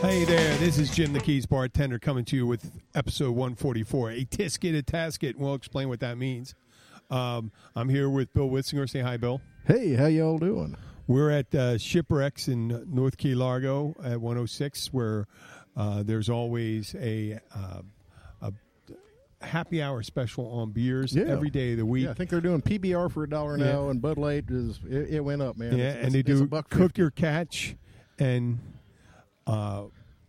Hey there, this is Jim the Keys bartender coming to you with episode 144, a tisket, a tasket. We'll explain what that means. Um, I'm here with Bill Witzinger. Say hi, Bill. Hey, how y'all doing? We're at uh, Shipwrecks in North Key Largo at 106, where uh, there's always a, uh, a happy hour special on beers Yeah. every day of the week. Yeah, I think they're doing PBR for a dollar Yeah. now, and Bud Light is it, it went up, man. Yeah, It's- and they it's- it's do a buck cook fifty. your catch, and uh,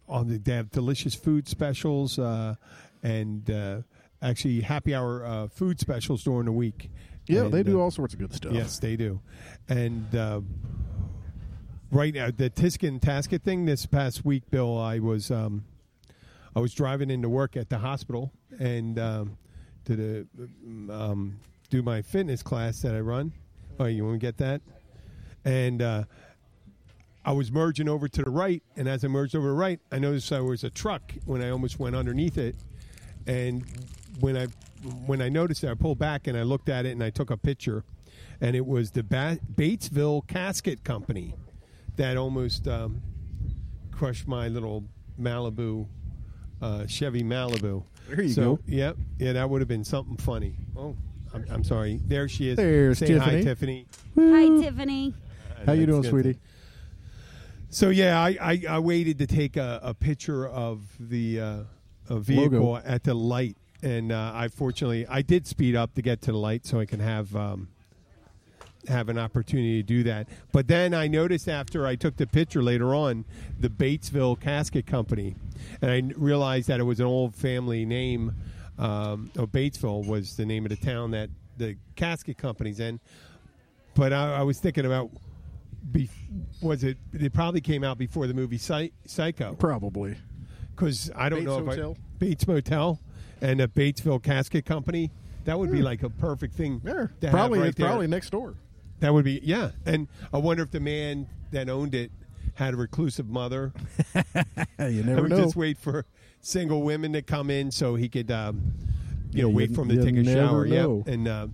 on the, they have delicious food specials uh, and uh, actually happy hour uh, food specials during the week. Yeah, And, they do uh, all sorts of good stuff. Yes, they do. And uh, right now, the Tiskin Tasket thing this past week, Bill, I was um, I was driving into work at the hospital and um, to the um, do my fitness class that I run. Oh, you want to get that? And uh, I was merging over to the right, and as I merged over to the right, I noticed there was a truck when I almost went underneath it. And when I when I noticed that, I pulled back and I looked at it and I took a picture, and it was the ba- Batesville Casket Company that almost um, crushed my little Malibu uh, Chevy Malibu. There you so, go. Yep, yeah, that would have been something funny. Oh, I'm, I'm sorry. There she is. There's Say hi, Tiffany. Tiffany. Hi, Tiffany. How you That's doing, good. sweetie? So yeah, I, I, I waited to take a, a picture of the uh, a vehicle Logo. at the light, and uh, I fortunately I did speed up to get to the light so I can have um, have an opportunity to do that. But then I noticed after I took the picture later on, the Batesville Casket Company, and I realized that it was an old family name. Um, oh, Batesville was the name of the town that the casket company's in. But I, I was thinking about, bef- was it? It probably came out before the movie Psy- Psycho Probably. because I don't Bates know if Motel. I, Bates Motel and the Batesville Casket Company. That would be like a perfect thing. Hmm. Yeah, to have probably right it's there. probably next door. That would be yeah. And I wonder if the man that owned it had a reclusive mother. Hey, you I never would know. just wait for single women to come in so he could, um, you know, Yeah, wait you- for them to you take a never shower. know. Yep. And uh,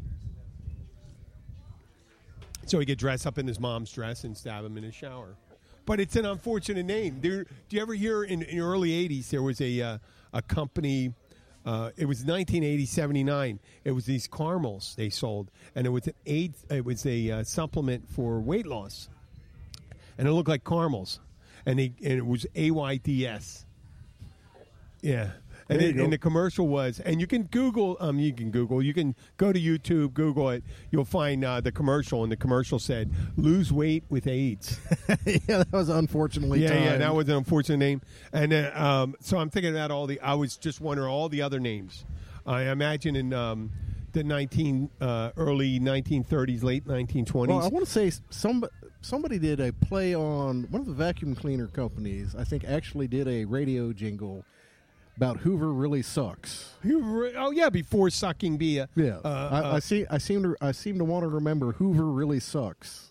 so he could dress up in his mom's dress and stab him in his shower. But it's an unfortunate name. There, do you ever hear in, in the early 80s there was a, uh, a company, uh, it was 1980, 79. It was these caramels they sold, and it was an aid, it was a uh, supplement for weight loss and it looked like caramels, and he and it was A Y D S. Yeah, and, There it, you go. and the commercial was, and you can Google, um, you can Google, you can go to YouTube, Google it, you'll find uh, the commercial, and the commercial said, "Lose weight with AIDS." yeah, that was unfortunately. yeah, yeah, timed. that was an unfortunate name, and uh, um, so I'm thinking about all the. I was just wondering all the other names. I imagine in. Um, the 19 uh, early 1930s late 1920s Well, I want to say s- some somebody did a play on one of the vacuum cleaner companies. I think actually did a radio jingle about Hoover really sucks. You re- oh yeah, before sucking beer. Yeah, Uh, I, uh, I see. I seem to. I seem to want to remember Hoover really sucks.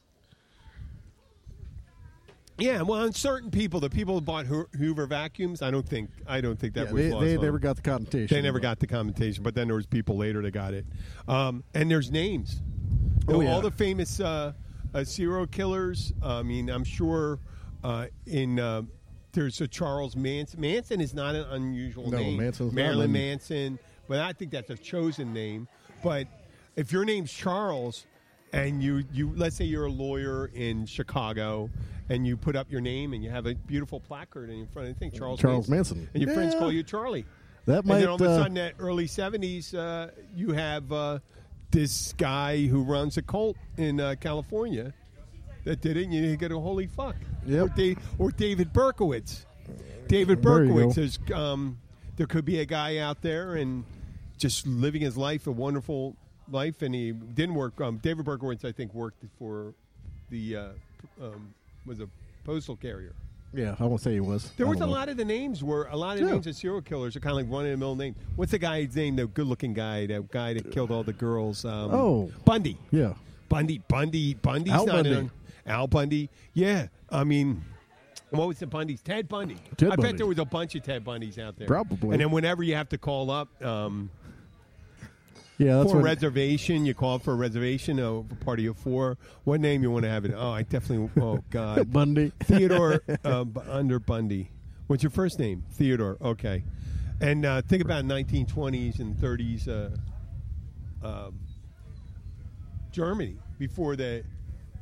yeah. Well, on certain people, the people who bought Hoo- Hoover vacuums, I don't think, I don't think that Yeah, was they, lost they on never them. got the connotation. They never got the commentation, but then there was people later that got it. Um, and there's names. Oh, All yeah. the famous uh, uh, serial killers. I mean, I'm sure uh, in uh, there's a Charles Manson. Manson is not an unusual No, name. Manson's not Marilyn an- Manson, but I think that's a chosen name. But if your name's Charles, and you you let's say you're a lawyer in Chicago, and you put up your name and you have a beautiful placard in front of the thing, Charles Charles Manson. and your friends Yeah. call you Charlie. That And might, then all of a uh, sudden, that early '70s, uh, you have uh, this guy who runs a cult in uh, California that did it. and You didn't get a holy fuck. Yep. Or, Da- or David Berkowitz. David There you Berkowitz go. is. Um, there could be a guy out there and just living his life, a wonderful life, and he didn't work. Um, David Berkowitz, I think, worked for the uh, p- um, was a postal carrier. Yeah, I won't say he was. There I was a don't know. lot of the names were a lot of the Yeah. names of serial killers are kind of like one in the middle name. What's the guy's name? The good-looking guy, the guy that killed all the girls. Um, Oh. Bundy, Yeah, Bundy, Bundy, Bundy's Al not an- Bundy. Al Bundy. Yeah, I mean, what was the Bundy's? Ted Bundy. Ted I bet Bundy. there was a bunch of Ted Bundys out there. Probably. And then whenever you have to call up. Um, yeah. That's for a what. reservation, you call for a reservation, uh, a party of four. What name you want to have it? Oh, I definitely. Oh God, Bundy. Theodore uh, B- under Bundy. What's your first name? Theodore. Okay. And uh, think about 1920s and 30s uh, um, Germany before the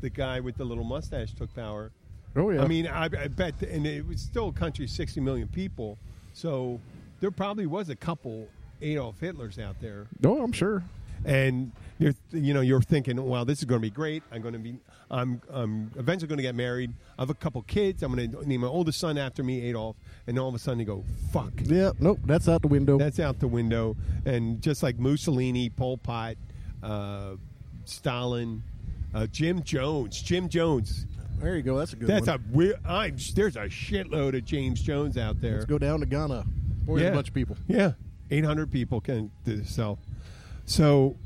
the guy with the little mustache took power. Oh yeah. I mean, I, I bet, and it was still a country of 60 million people, so there probably was a couple Adolf Hitlers out there no, I'm sure. and you're you know you're thinking, wow, this is going to be great. I'm going to be I'm I'm eventually going to get married. I have a couple kids. I'm going to name my oldest son after me, Adolf. And all of a sudden, you go, fuck, Yeah. Nope. That's out the window. that's out the window. And just like Mussolini, Pol Pot, uh, Stalin, uh, Jim Jones, Jim Jones. there you go. That's a good That's one. a weird. I'm there's a shitload of James Jones out there. Let's go down to Ghana. Boy, there's Yeah. a bunch of people. Yeah, 800 people can do- sell. So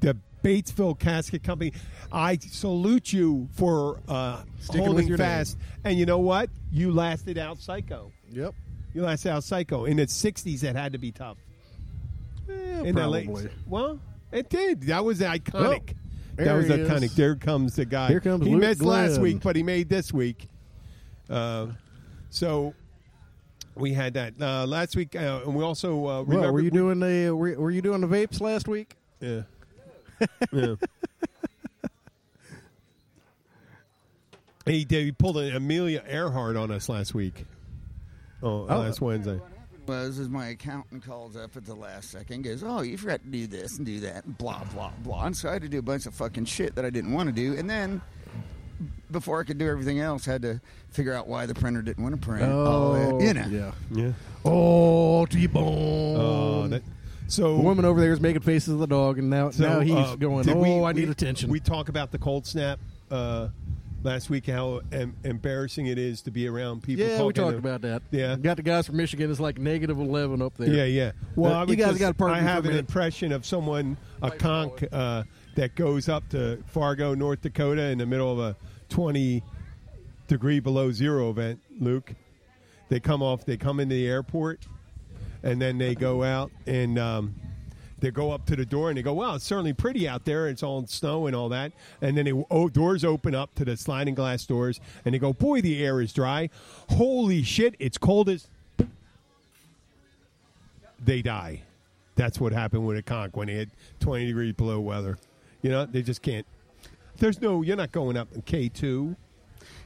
the Batesville Casket Company, I salute you for uh, Sticking with holding your name. fast. And you know what? You lasted out psycho. Yep. You lasted out psycho. In the 60s, that had to be tough. Yeah, In probably. Oh, the late, well, it did. That was iconic. that there was he iconic. is. There comes the guy. Here comes he Luke missed last Glenn. week, but he made this week. Uh, so we had that uh, last week, uh, and we also uh, Well, remember were you doing the were, were you doing the vapes last week? Yeah. yeah. He did. He pulled an Amelia Earhart on us last week. Oh, last Wednesday. was is my accountant calls up at the last second, goes, "Oh, you forgot to do this and do that, and blah blah blah." And so I had to do a bunch of fucking shit that I didn't want to do, and then before I could do everything else, had to figure out why the printer didn't want to print. all that, you know. Oh, Yeah. Oh, Yeah. Oh, T-bone. Uh, that, so the woman over there is making faces at the dog, and now so, now he's uh, going. did Oh, we- I need we- attention. We talk about the cold snap uh, last week. How em- embarrassing it is to be around people. yeah, talking we talked to- about that. Yeah. got the guys from Michigan. It's like negative eleven up there. Yeah, yeah. Well, Uh, I you would guys just- gotta pardon I me for have a an minute. impression of someone, a conch uh, that goes up to Fargo, North Dakota, in the middle of a twenty degree below zero event. Luke, they come off. They come into the airport, and then they go out and. Um, they go up to the door and they go, "Wow, it's certainly pretty out there. It's all snow and all that." And then the oh, doors open up to the sliding glass doors, and they go, "Boy, the air is dry. Holy shit, it's cold as they die. That's what happened with a conch when they had 20 degrees below weather. You know, they just can't. There's no, you're not going up in K2. Go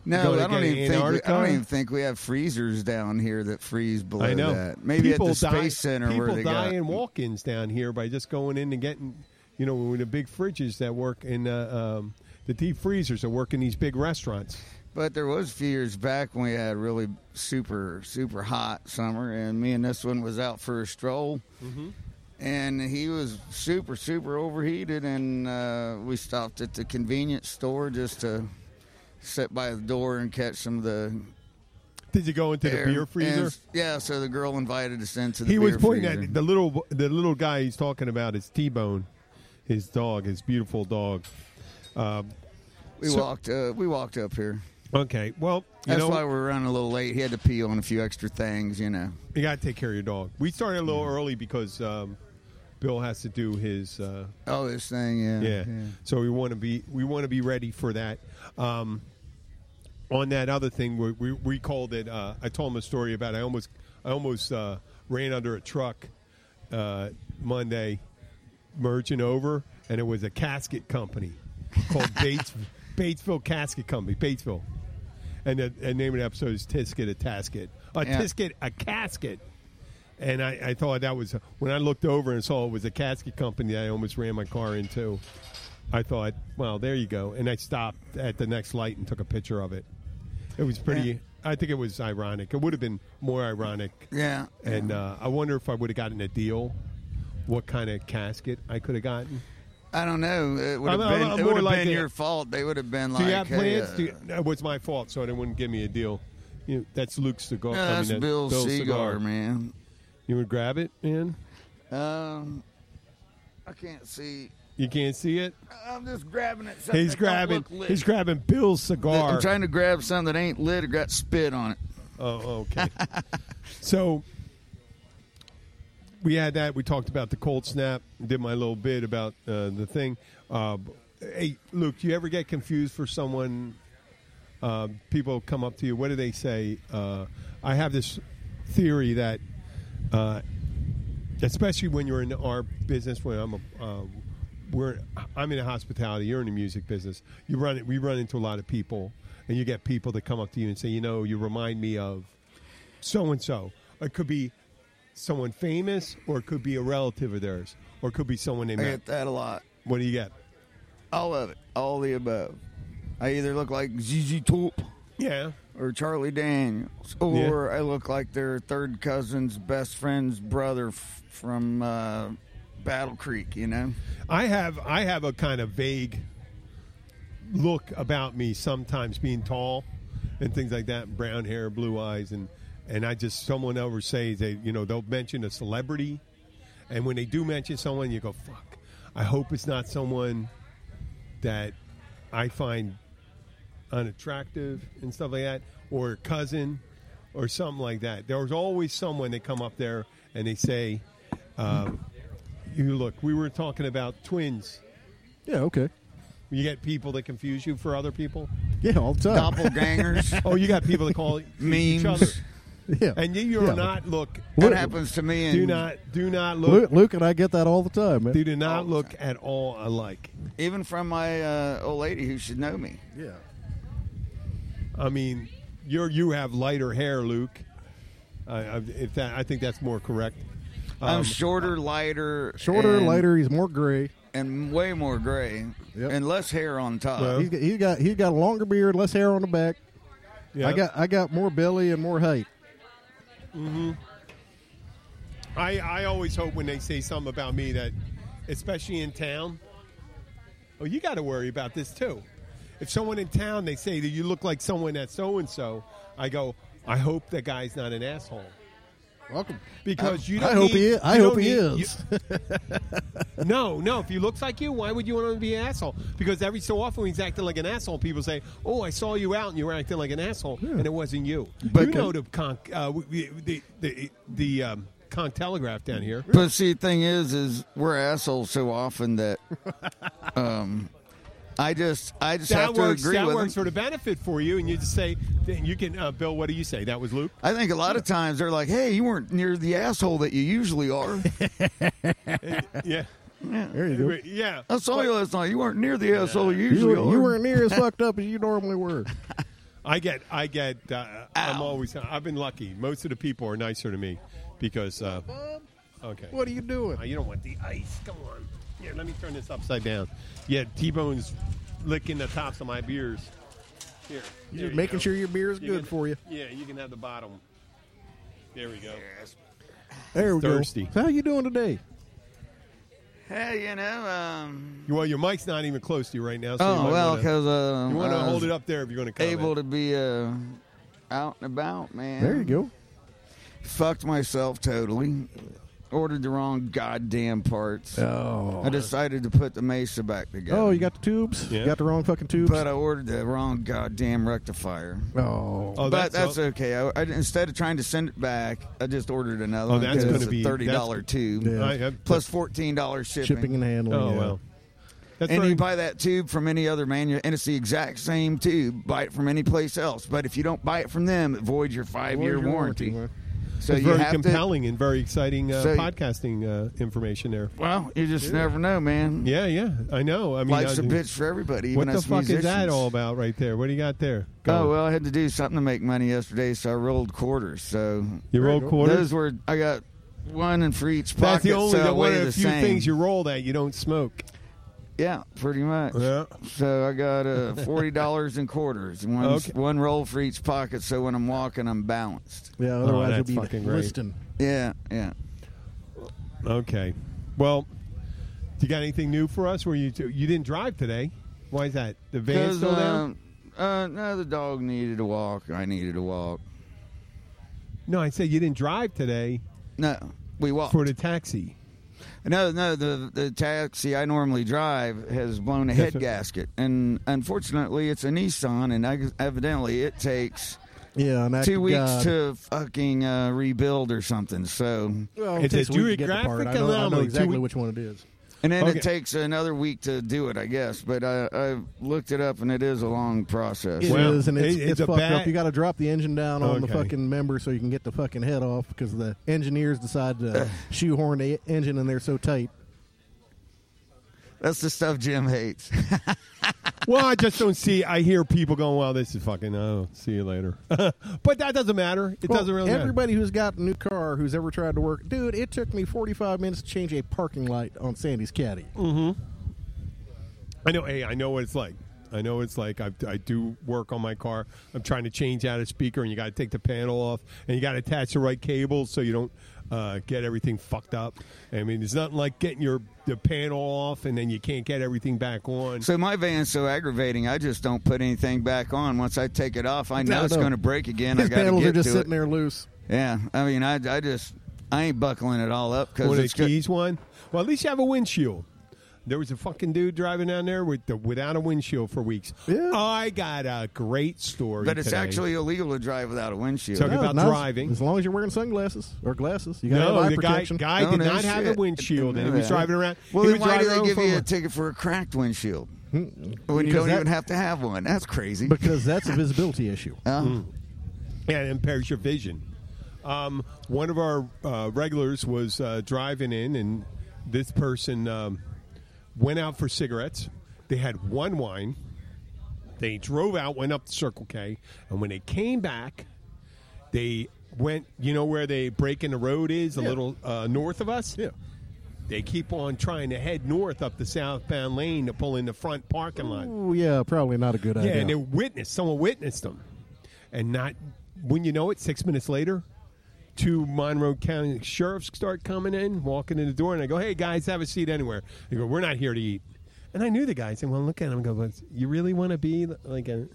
No, to I don't get even think we, I Antarctica? don't even think we have freezers down here that freeze below I know. that. Maybe people at the die, space center people where they die got in walk-ins down here by just going in and getting, you know, with the big fridges that work in uh, um, the deep freezers that work in these big restaurants. But there was a few years back when we had a really super, super hot summer, and me and this one was out for a stroll. And he was super, super overheated, and uh, we stopped at the convenience store just to sit by the door and catch some of the Did you go into the air. beer freezer? And- yeah, so the girl invited us into the he was beer pointing freezer. at the little the little guy he's talking about is T Bone, his dog, his beautiful dog. Um, We so- walked, uh, we walked up here. okay, well, you That's know, why we were running a little late. He had to pee on a few extra things, you know. You got to take care of your dog. We started a little early because um, Bill has to do his uh, Oh, this thing, yeah, yeah. So we want to be we want to be ready for that. Um, on that other thing, we, we, we called it. Uh, I told him a story about I almost I almost uh, ran under a truck uh, Monday, merging over, and it was a casket company called Bates Batesville Casket Company, Batesville, and the, the name of the episode is Tisket a Tasket, a Yeah. Tisket a Casket. And I, I thought that was when I looked over and saw it was a casket company. I almost ran my car into. I thought, well, there you go. And I stopped at the next light and took a picture of it. It was pretty. Yeah. I think it was ironic. It would have been more ironic. Yeah. And uh, I wonder if I would have gotten a deal. What kind of casket I could have gotten? I don't know. It would have I'm- I'm- been, I'm it more would have like been the- your fault. They would have been like, Do you have hey, plans? uh, Do you, no, it was my fault, so they wouldn't give me a deal. You know, that's Luke's cigar. no, I mean, that's that- Bill Bill's Seagar, man. You would grab it, man. Um, I can't see. You can't see it. I'm just grabbing it. something He's that don't grabbing. Oh, look lit. He's grabbing Bill's cigar. I'm trying to grab something that ain't lit or got spit on it. Oh, okay. so we had that. We talked about the cold snap. Did my little bit about uh, the thing. Uh, hey, Luke, do you ever get confused for someone? Uh, people come up to you. What do they say? Uh, I have this theory that, uh, especially when you're in our business, when I'm a, uh, we're I'm in the hospitality, you're in the music business. You run it. We run into a lot of people, and you get people that come up to you and say, you know, you remind me of so and so. It could be someone famous, or it could be a relative of theirs, or it could be someone they I met. get that a lot. What do you get? All of it. All the above. I either look like ZZ Top Yeah, or Charlie Daniels, or I look like their third cousin's best friend's brother f- from uh, Battle Creek, you know? I have I have a kind of vague look about me sometimes being tall and things like that, brown hair, blue eyes, and and I just someone ever says they you know they'll mention a celebrity, and when they do mention someone, you go fuck. I hope it's not someone that I find unattractive and stuff like that, or a cousin, or something like that. There's always someone that come up there and they say, um, "You look, we were talking about twins." Yeah, okay. You get people that confuse you for other people. Yeah, all the time. Doppelgangers. Oh, you got people that call each Memes. other, yeah. and you- you're Yeah. not look. That Look- happens to me. And Do not, do not look. Luke, Luke and I get that all the time, man. They do not Oh, look at all alike. Even from my uh, old lady who should know me. Yeah. I mean, you're you have lighter hair, Luke. I I- if that, I think that's more correct. I'm Um, shorter, lighter. Shorter, and- lighter, he's more gray. And way more gray. Yep. And less hair on top. Well, He's got, he's got he's got a longer beard, less hair on the back. yeah. I got I got more belly and more height. I, I always hope when they say something about me that, especially in town, oh, you got to worry about this too. If someone in town they say that you look like someone that's so and so, I go, I hope that guy's not an asshole Welcome. because you. Don't I hope need- he is. I you hope don't he need- is. you- no, no. If he looks like you, why would you want him to be an asshole? Because every so often when he's acting like an asshole, people say, "Oh, I saw you out and you were acting like an asshole, and it wasn't you." But- you know the con- uh, w- w- the the the um, con telegraph down here. But see, the thing is, is we're assholes so often that, um, I just, I just that have to works. agree that with works for them. the benefit for you, and you just say, then you can, uh, Bill. What do you say? That was Luke. I think a lot of times they're like, "Hey, you weren't near the asshole that you usually are." Yeah, There you go. yeah. I saw you last night. You weren't near the asshole you You, usually were, are. you weren't near as fucked up as you normally were. I get, I get. Uh, I'm Ow. always. I've been lucky. Most of the people are nicer to me because. Uh, okay. What are you doing? Uh, you don't want the ice. Come on. Here, let me turn this upside down. Yeah, T-Bone's licking the tops of my beers. Here, there Just you making go. sure your beer is You good can- for you. Yeah, you can have the bottom. There we go. There we thirsty. go. So How you doing today? Hey, you know. Um, Well, your mic's not even close to you right now. So you oh might well, wanna- because uh, You want to I hold was it up there if you're going to comment. Able to be uh, out and about, man. There you go. Fucked myself totally. Ordered the wrong goddamn parts. Oh. I decided to put the mesa back together. Oh, you got the tubes? Yeah. You got the wrong fucking tubes? But uh, I ordered the wrong goddamn rectifier. oh. Oh, but that's, that's all- okay. I, I, instead of trying to send it back, I just ordered another. Oh, one that's 'cause gonna it's a be- thirty dollar that's- tube Yeah. I- I- plus fourteen dollars shipping. shipping and handling. Oh yeah. well, that's and very, you buy that tube from any other manu, and it's the exact same tube. Buy it from any place else, but if you don't buy it from them, it voids your five Where's year your warranty. man? So that's you very have compelling and very exciting uh, So- podcasting uh, information there. to. Well, you just never know, man. Yeah, yeah, I know. I mean, Life's I- a bitch for everybody, even What the us fuck is musicians. that all about right there? What do you got there? Oh Go. well, I had to do something to make money yesterday, so I rolled quarters. So you roll Those quarters. Those were I got one and for each pocket. That's the only so I the one uh, weigh of the the few same. things you roll that you don't smoke. yeah, pretty much. Yeah. So I got uh, forty dollars in quarters. One Okay. one roll for each pocket. So when I'm walking, I'm balanced. Yeah, otherwise Oh, that's you'll be fucking great. listing. Yeah, yeah. Okay. Well, you got anything new for us? Where you you didn't drive today? Why is that? The van's still down? uh, uh, no, the dog needed a walk. I needed a walk. No, I said you didn't drive today No, we walked. for the taxi. No, no, the the taxi I normally drive has blown a head what- gasket, and unfortunately, it's a Nissan, and ex- evidently it takes Yeah, and two weeks to fucking uh, rebuild or something. So Well, it It's takes a a week to get the part. I geographic know, I know anomaly. Two exactly week- which one it is. And then Okay. it takes another week to do it, I guess. But I, I looked it up, and it is a long process. It is, Well, and it's, it- it's, it's a fucked bad- up. You got to drop the engine down on the Okay. fucking member so you can get the fucking head off because the engineers decide to shoehorn the e-, engine in there so tight. That's the stuff Jim hates. well, I just don't see. I hear people going, "Well, this is fucking. Oh, see you later." but that doesn't matter. It Well, doesn't really matter. Everybody who's got a new car who's ever tried to work, dude, it took me 45 minutes to change a parking light on Sandy's Caddy. I know. Hey, I know what it's like. I know what it's like. I, I do work on my car. I'm trying to change out a speaker, and you got to take the panel off, and you got to attach the right cables so you don't uh, get everything fucked up. I mean, it's nothing like getting your the panel off, and then you can't get everything back on. so my van's so aggravating. I just don't put anything back on. Once I take it off, I know No, it's no. going to break again. His I got to panels get are just to sitting it. there loose. Yeah, I mean, I, I just I ain't buckling it all up because One of it's the good. keys one. Well, at least you have a windshield. There was a fucking dude driving down there with the, without a windshield for weeks. Yeah. I got a great story. But it's today. actually illegal to drive without a windshield. So- Talking about not as- driving. As long as you're wearing sunglasses or glasses, you got to no, have eye the guy, protection. guy Oh, did no not have a shit. windshield, and he Yeah. was driving around. Well, he then was why do driving they around Hmm. give from you a a- ticket for a cracked windshield when you Because don't that- even have to have one? That's crazy. because that's a visibility issue. Huh? Yeah, it impairs your vision. Um, one of our uh, regulars was uh, driving in, and this person um, went out for cigarettes. They had one wine. They drove out, went up to Circle K, and when they came back, they went. You know where they break in the road is, a Yeah. little uh, north of us. Yeah. They keep on trying to head north up the southbound lane to pull in the front parking lot. Ooh, yeah, probably not a good Yeah, idea. and they witnessed someone witnessed them, and not when you know it. Six minutes later, two Monroe County sheriffs start coming in, walking in the door, and I go, "Hey guys, have a seat anywhere." They go, "We're not here to eat," and I knew the guys. And well, look at them. and Go, "But you really want to be like a?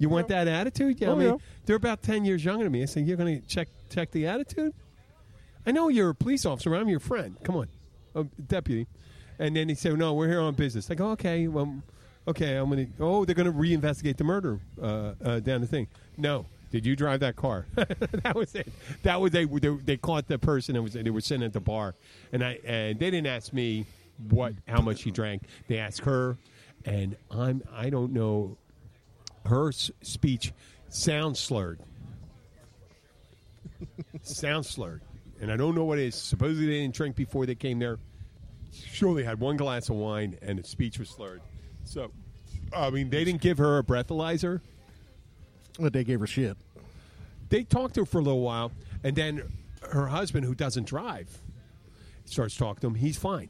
You want that attitude? Yeah, Oh, I mean, yeah. they're about ten years younger than me. I said, "You're going to check check the attitude." I know you're a police officer. I'm your friend. Come on, a deputy. And then he said, "No, we're here on business." I go, "Okay, well, okay, I'm gonna." Oh, they're gonna reinvestigate the murder uh, uh, down the thing. No, did you drive that car? that was it. That was they, they. They caught the person and was they were sitting at the bar, and I and they didn't ask me what how much she drank. They asked her, and I'm I don't know. Her s- speech sounds slurred sounds slurred, and I don't know what it is. Supposedly they didn't drink before they came there. Sure, they had one glass of wine, and the speech was slurred. So, I mean, they didn't give her a breathalyzer. But they gave her shit. They talked to her for a little while, and then her husband, who doesn't drive, starts talking to him. He's fine.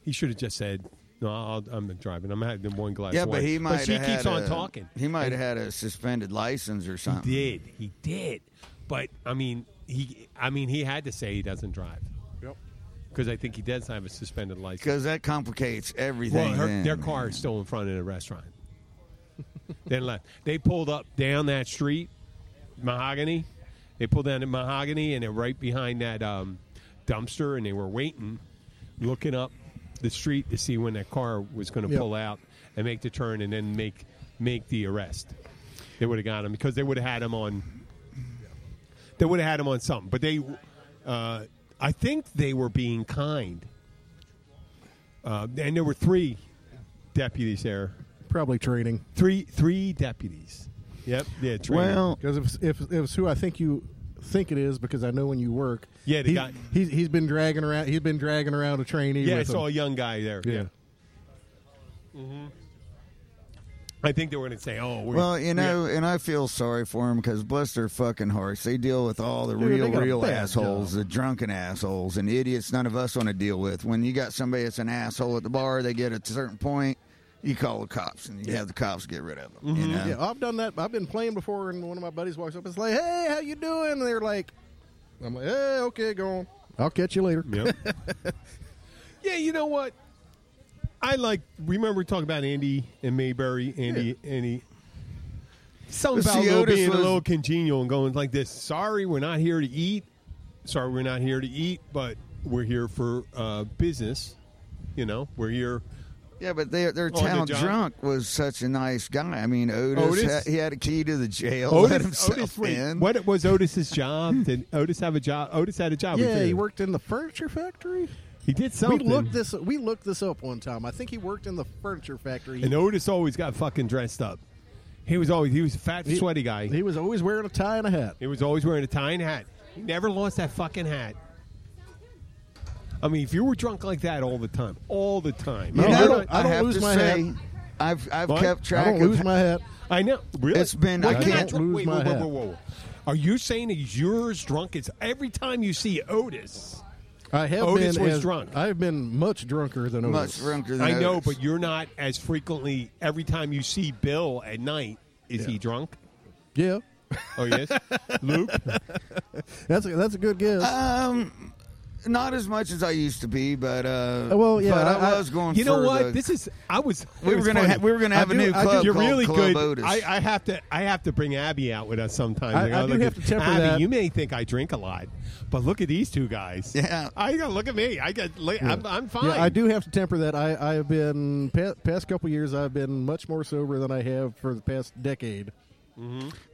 He should have just said, "No, I'll, I'm not driving. I'm having one glass." yeah, of wine. but he might. But she have keeps had on a- talking. He might have had a suspended license or something. He did. He did. But I mean, he. I mean, he had to say he doesn't drive. Yep. Because I think he does have a suspended license. Because that complicates everything. Well, her, then, their man. car is still in front of the restaurant. then left. They pulled up down that street, Mahogany. They pulled down to Mahogany, and they're right behind that um, dumpster, and they were waiting, looking up the street to see when that car was going to Yep. pull out and make the turn, and then make make the arrest. They would have got him because they would have had him on. They would have had him on something, but they. Uh, I think they were being kind. Uh, and there were three deputies there. Probably training. Three three deputies. Yep. Yeah. Three. Well, Because if, if, if it's who I think you think it is, because I know when you work. Yeah, the he, guy- He's, he's been dragging around. He's been dragging around a trainee. yeah, I with him. saw a young guy there. Yeah. Yeah. I think they were going to say, "Oh, we're, well, you know, and I feel sorry for them because bless their fucking hearts, they deal with all the real, they got a real bad assholes, the drunken assholes, and idiots. None of us want to deal with. When you got somebody that's an asshole at the bar, they get at a certain point, you call the cops, and you have the cops get rid of them. You know? Mm-hmm. Yeah, I've done that. I've been playing before, and one of my buddies walks up. It's like, hey, how you doing? And they're like, I'm like, hey, okay, go on. I'll catch you later. Yep. yeah, you know what? I like. Remember we talking about Andy and Mayberry, Andy, Andy. Something The about a little Ceotis being a was- little congenial and going like this. Sorry, we're not here to eat. Sorry, we're not here to eat, but we're here for uh, business. You know, we're here. Yeah, but their their Oh, the town job. drunk was such a nice guy. I mean, Otis, Otis- ha- he had a key to the jail. let Otis, himself Otis wait, in. what was Otis's job? Did Otis have a job? Otis had a job. we Yeah, he figured. worked in the furniture factory. He did something. We looked this. We looked this up one time. I think he worked in the furniture factory. and Otis always got fucking dressed up. He was always he was a fat, sweaty guy. He was always wearing a tie and a hat. He was always wearing a tie and hat. He never lost that fucking hat. I mean, if you were drunk like that all the time, all the time. No, And I you're don't- not- I don't have lose to my say, hat. I've I've What? kept I track don't of lose my hat. I know. Really? It's been- Why I can't can't drink- lose wait, my whoa, hat. whoa, whoa, whoa. Are you saying that you're as drunk as every time you see Otis? I have Otis been was as- drunk. I've been much drunker than much Otis. drunker than I know, others. but you're not as frequently. Every time you see Bill at night, is he Yeah. drunk? Yeah, Oh yes, Luke. that's a, that's a good guess. um, not as much as I used to be, but uh, Uh, well, yeah, but I, I- I- was going. You know for what? the- this is. I was. we it were was gonna funny. ha- we were gonna have a do- new I do- club You're called really Club good. Otis. I, I have to. I have to bring Abby out with us sometimes. I- I I'll do look have at- to temper Abby, that. you may think I drink a lot, but look at these two guys. Yeah. I got look at me. I got. li- I'm, I'm fine. Yeah, I do have to temper that. I, I have been pa- past couple years. I've been much more sober than I have for the past decade.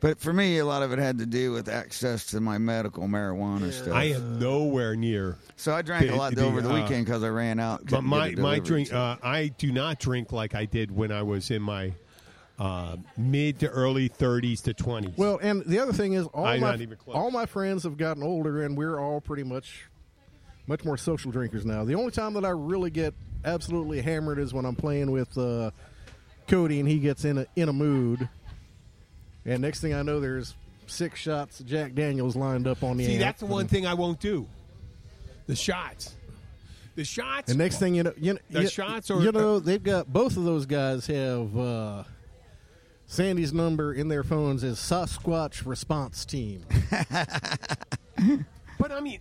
But for me, a lot of it had to do with access to my medical marijuana stuff. I am nowhere near. so I drank a lot the- over the uh, weekend because I ran out. But couldn't get my it my delivered. drink. Uh, I do not drink like I did when I was in my uh, mid to early 30s to 20s. Well, and the other thing is, all I'm my not even close. all my friends have gotten older, and we're all pretty much much more social drinkers now. The only time that I really get absolutely hammered is when I'm playing with uh, Cody, and he gets in a in a mood, and next thing I know, there's six shots of Jack Daniels lined up on the. See, amp. that's the one thing I won't do. The shots. The shots. And next thing you know, you know, The you, shots are- you know they've got both of those guys have uh, Sandy's number in their phones is Sasquatch Response Team but I mean,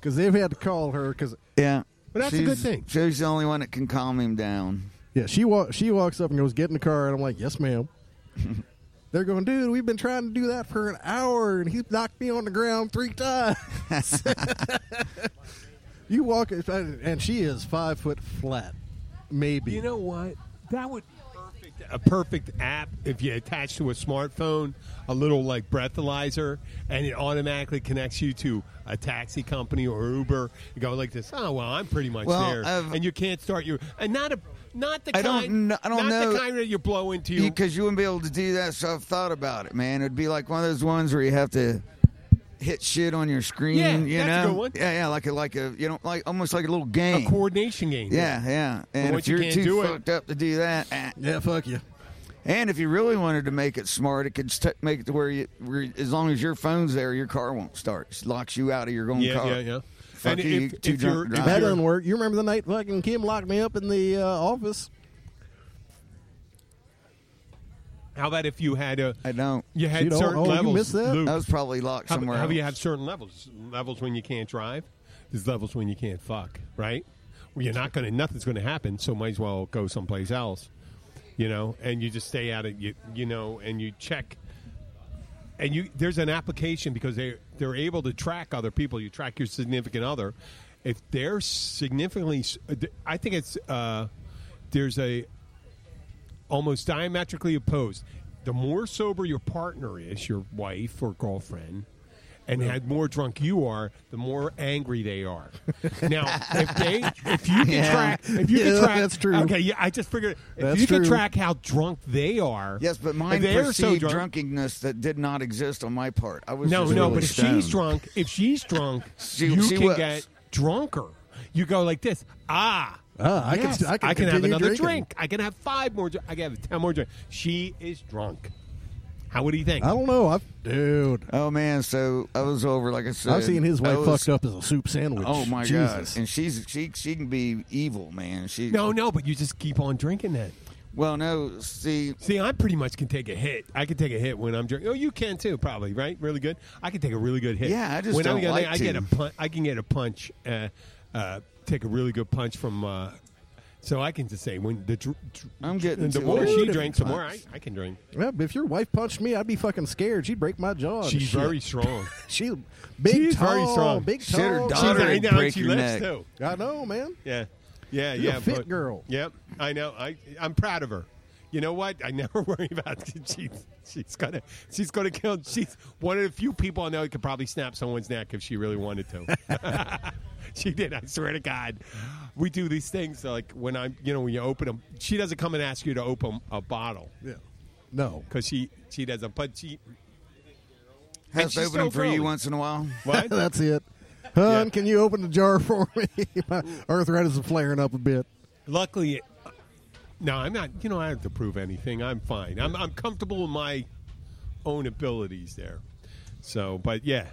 because they've had to call her because Yeah. But that's a good She's- thing. She's the only one that can calm him down. yeah she wa- she walks up and goes get in the car and I'm like yes ma'am. They're going, dude. We've been trying to do that for an hour, and he knocked me on the ground three times. you walk, uh, and she is five foot flat, maybe. you know what? That would be perfect. A perfect app if you attach to a smartphone a little like breathalyzer, and it automatically connects you to a taxi company or Uber. You go like this. Oh well, I'm pretty much Well, there, I've- and you can't start your and not a not the I don't kind. kn- I don't not the know. kind that you blow into. Because you wouldn't be able to do that, so I've thought about it, man. It'd be like one of those ones where you have to hit shit on your screen. Yeah, you that's a know? good one. Yeah, yeah, like a like a you know, like almost like a little a game. coordination game. yeah, yeah. And once if you you're can't too do it- fucked up to do that, eh. Yeah, fuck you. and if you really wanted to make it smart, it could st- make it to where, you, where as long as your phone's there, your car won't start. It locks you out of your own yeah, car. yeah, yeah. Fuck and you, if, you too if drunk you're, to if drive. That you're- doesn't work. You remember the night fucking Kim locked me up in the uh, office? how about if you had a I don't. you had She don't- certain oh, you levels? missed that? Luke, That was probably locked How, somewhere. how do you else. have certain levels? Levels when you can't drive. There's levels when you can't fuck. Right? Well, you're not gonna. Nothing's gonna happen. So might as well go someplace else. You know, and you just stay out of You, you know, and you check. And you there's an application because they they're able to track other people. You track your significant other. If they're significantly, s- I think it's uh, there's a almost diametrically opposed. The more sober your partner is, your wife or girlfriend, and how more drunk you are, the more angry they are. Now, if they, if you can Yeah. track, if you Yeah, can track, that's true. Okay, yeah, I just figured if That's you can true. track how drunk they are. Yes, but if mine they are perceived so drunk. drunkenness that did not exist on my part. I was No, just no, really but if stoned. she's drunk, if she's drunk, She- you she can was. get drunker. You go like this. Ah, Ah, I can yes, st- I can have continue another drinking. drink. I can have five more. dr- I can have ten more drinks. She is drunk. How would he think? I don't know. I've, dude, Oh man, so I was over. Like I said, I've seen his I wife was- fucked up as a soup sandwich. Oh my Jesus. god! And she's she she can be evil, man. She No, no, but you just keep on drinking that. Well, no, see, See, I pretty much can take a hit. I can take a hit when I'm drinking. Oh, you can too, probably, right? Really good. I can take a really good hit. Yeah, I just when I'm don't gonna- like I get to. a punch. I can get a punch. Uh, uh, take a really good punch from. Uh, so I can just say when the dr- dr- I'm getting the too more old she to drinks, the more I, punch. I can drink. Yeah, but if your wife punched me, I'd be fucking scared. She'd break my Oh, jaw. and She's shit. very strong. She's big, She's tall, very strong. big, Shit, her tall. She's daughter- She's- would right now break she your lives neck. too. I know, man. Yeah, yeah, She's a yeah. fit but- girl. Yep, I know. I I'm proud of her. You know what? I never worry about she, she's gonna she's gonna kill. She's one of the few people I know who could probably snap someone's neck if she really wanted to. she did. I swear to God, we do these things like when I'm, you know, when you open them. She doesn't come and ask you to open a bottle Yeah. No. because she she doesn't. But she Has to she's open so them for friendly. you once in a while. what? That's it. Hun, Yeah. can you open the jar for me? My arthritis is flaring up a bit. Luckily, no, I'm not. You know, I don't have to prove anything. I'm fine. I'm I'm comfortable with my own abilities there. So, but yeah,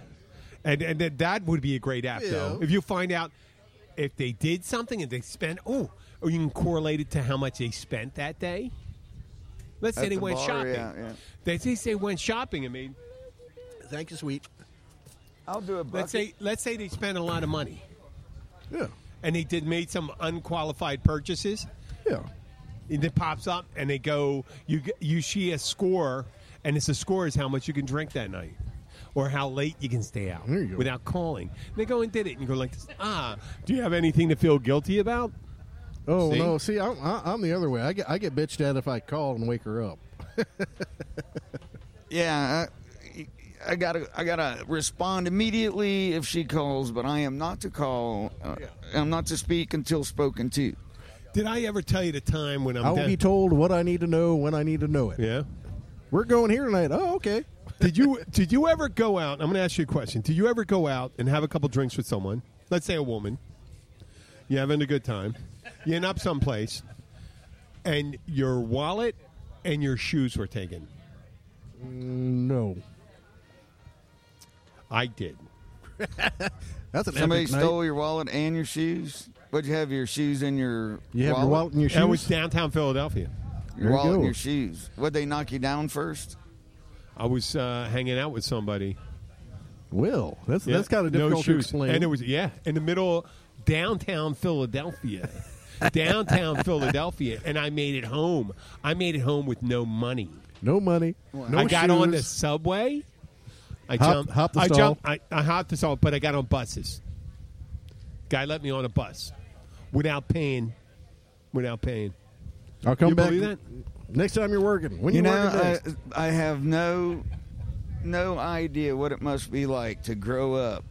and and that- that would be a great app though. Yeah. If you find out if they did something and they spent, oh, or you can correlate it to how much they spent that day. Let's say At they the went bar, shopping. yeah, yeah. They say they went shopping. I mean, Thank you, sweet. I'll do a bucket. let's say let's say they spent a lot of money Yeah. and they did made some unqualified purchases. Yeah. And it pops up and they go you g- you see a score and it's a score is how much you can drink that night or how late you can stay out There you go. without calling And they go and did it and you go like this, ah do you have anything to feel guilty about Oh See? no! See, I'm, I- I'm the other way. I get I get bitched at if I call and wake her up. Yeah, I, I gotta I gotta respond immediately if she calls, but I am not to call. Uh, I'm not to speak until spoken to. did I ever tell you the time when I'm I will done- be told what I need to know when I need to know it. yeah We're going here tonight. Oh, okay. did you did you ever go out I'm gonna ask you a question did you ever go out and have a couple drinks with someone let's say a woman you're having a good time you end up someplace and your wallet and your shoes were taken No, I did. that's an Somebody epic night. stole your wallet and your shoes. What'd you have your shoes and your You have wallet? your wallet in your That was shoes. downtown Philadelphia. Your There you wallet and go. your shoes. Would they knock you down first? I was uh, hanging out with somebody. Will that's Yeah, that's kind of difficult no shoes. to explain. And it was yeah, in the middle of downtown Philadelphia. downtown Philadelphia and I made it home. I made it home with no money. no money. No I got on the shoes. subway. I Hop- jumped hop the I stall. jumped I, I hopped the stall, but I got on buses. Guy let me on a bus without paying without paying. I'll come you back believe that? next time you're working. When You you, know, working I, next? I have no no idea what it must be like to grow up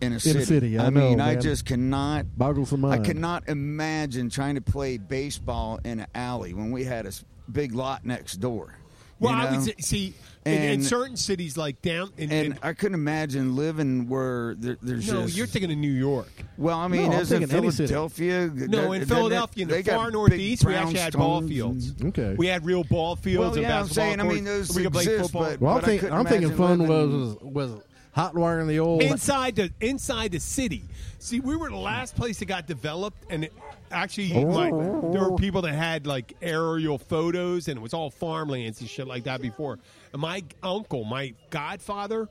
in a city. city, I I mean, know, I man. just cannot boggles the I mind. cannot imagine trying to play baseball in an alley when we had a s- big lot next door. you Well, I know? would say, see in, in And- certain cities like down in, and in I couldn't imagine living where there, there's No, just. you're thinking of New York. well, I mean, No, I'm isn't thinking any city. Philadelphia? No, in Philadelphia, in the far northeast, we actually had ball fields. Okay. We had real ball fields Well, and yeah, I'm basketball saying, I courts. mean, those we could play exist, football. but- well, I'm, I think, couldn't I'm thinking imagine fun was living- was hot wiring the old. inside the inside the city. See, we were the last place that got developed, and it, actually, Oh. like there were people that had like aerial photos, and it was all farmlands and shit like that before. And my uncle, my godfather,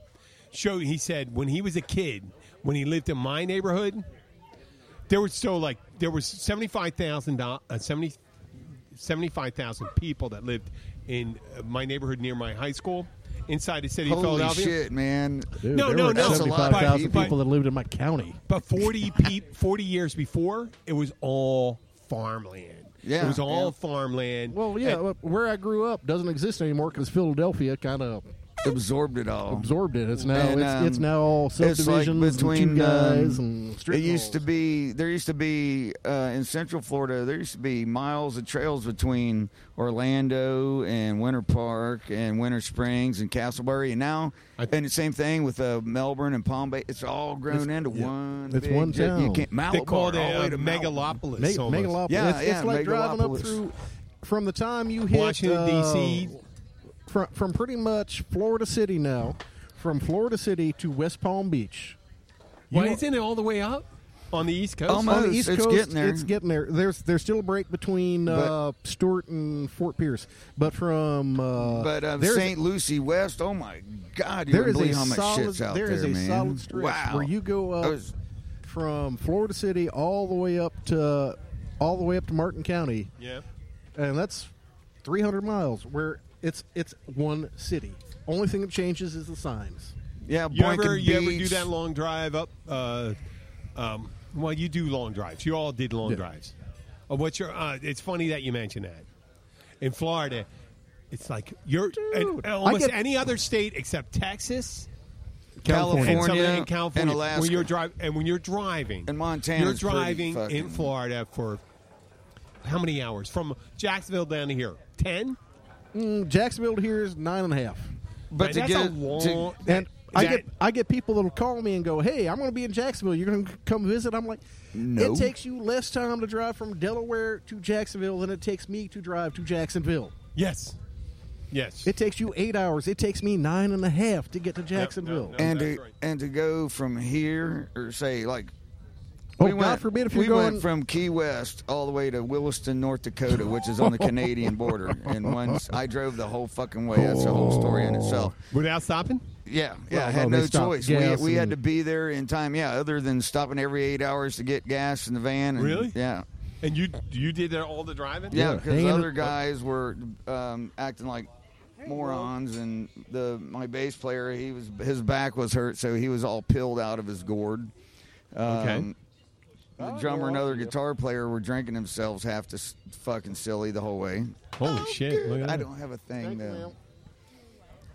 showed. He said when he was a kid, when he lived in my neighborhood, there was so like there was seventy five thousand uh, 70 75,000 people that lived in uh, my neighborhood near my high school inside the city of Holy Philadelphia. shit, man! Dude, No, there no, were no. That's a lot of 75,000 people. people that lived in my county. But 40 peop 40 years before, it was all farmland. Yeah, it was all yeah. farmland. Well, yeah, And- well, where I grew up doesn't exist anymore because Philadelphia kind of Absorbed it all. absorbed it. It's now And, it's, it's um, now all it's like subdivisions and between, two guys um, and strip It used to malls. be there used to be uh, in Central Florida. There used to be miles of trails between Orlando and Winter Park and Winter Springs and Castleberry, and now I- and the same thing with uh, Melbourne and Palm Bay. It's all grown into yeah. one. It's big one ju- You town. can't Malabar, they called it all the way a to Malabar. megalopolis. Me- almost. megalopolis. Yeah, it's, yeah, it's like driving up megalopolis. through from the time you hit Washington, uh, D.C. from from pretty much Florida City now, from Florida City to West Palm Beach. You Oh Well, are- isn't it all the way up on the East Coast? Almost. on the It's- East it's Coast, getting there. it's getting there. There's there's still a break between uh, Stewart and Fort Pierce, but from uh, But uh, there's- St. Lucie West, oh my God! You there is wouldn't a believe how much solid shit's out there there, is a man. solid stretch wow. where you go I up was- from Florida City all the way up to all the way up to Martin County, Yeah. and that's 300 miles where it's it's one city. Only thing that changes is the signs. yeah, You Boynton ever, you ever do Beach. that long drive up? Uh, um, well, you do long drives. You all did long Yeah. drives. Uh, what's your? Uh, it's funny that you mentioned that. In Florida, it's like you're and Dude, I almost get- any other state except Texas. California, California and, California. and Alaska. When you're driving, and when you're driving, And Montana's you're pretty driving in fucking- Florida for how many hours from Jacksonville down to here? Ten. Mm, Jacksonville here is nine and a half. But Man, to that's get a long. to, And that- I get I get people that'll call me and go, "Hey, I'm going to be in Jacksonville. You're going to come visit." I'm like, No. "It takes you less time to drive from Delaware to Jacksonville than it takes me to drive to Jacksonville. yes, yes. It takes you eight hours. It takes me nine and a half to get to Jacksonville. no. and That's to, right. and to go from here or say like Oh, we God went, forbid if you're we going went from Key West all the way to Williston, North Dakota, which is on the Canadian border. And once I drove the whole fucking way. That's a whole story in itself. Without stopping. Yeah, yeah, I Oh. Well, no, had no, they stopped choice. gas we, we had and- to be there in time. Yeah, other than stopping every eight hours to get gas in the van. And, Really? Yeah. And you you did all the driving. Yeah, Yeah, because hanging- other guys were um, acting like morons, and the my bass player, he was his back was hurt, so he was all pilled out of his gourd. Okay. Um, The drummer and other guitar player were drinking themselves half to s- fucking silly the whole way. Holy shit! Look at oh, I that. don't have a thing you, though. ma'am.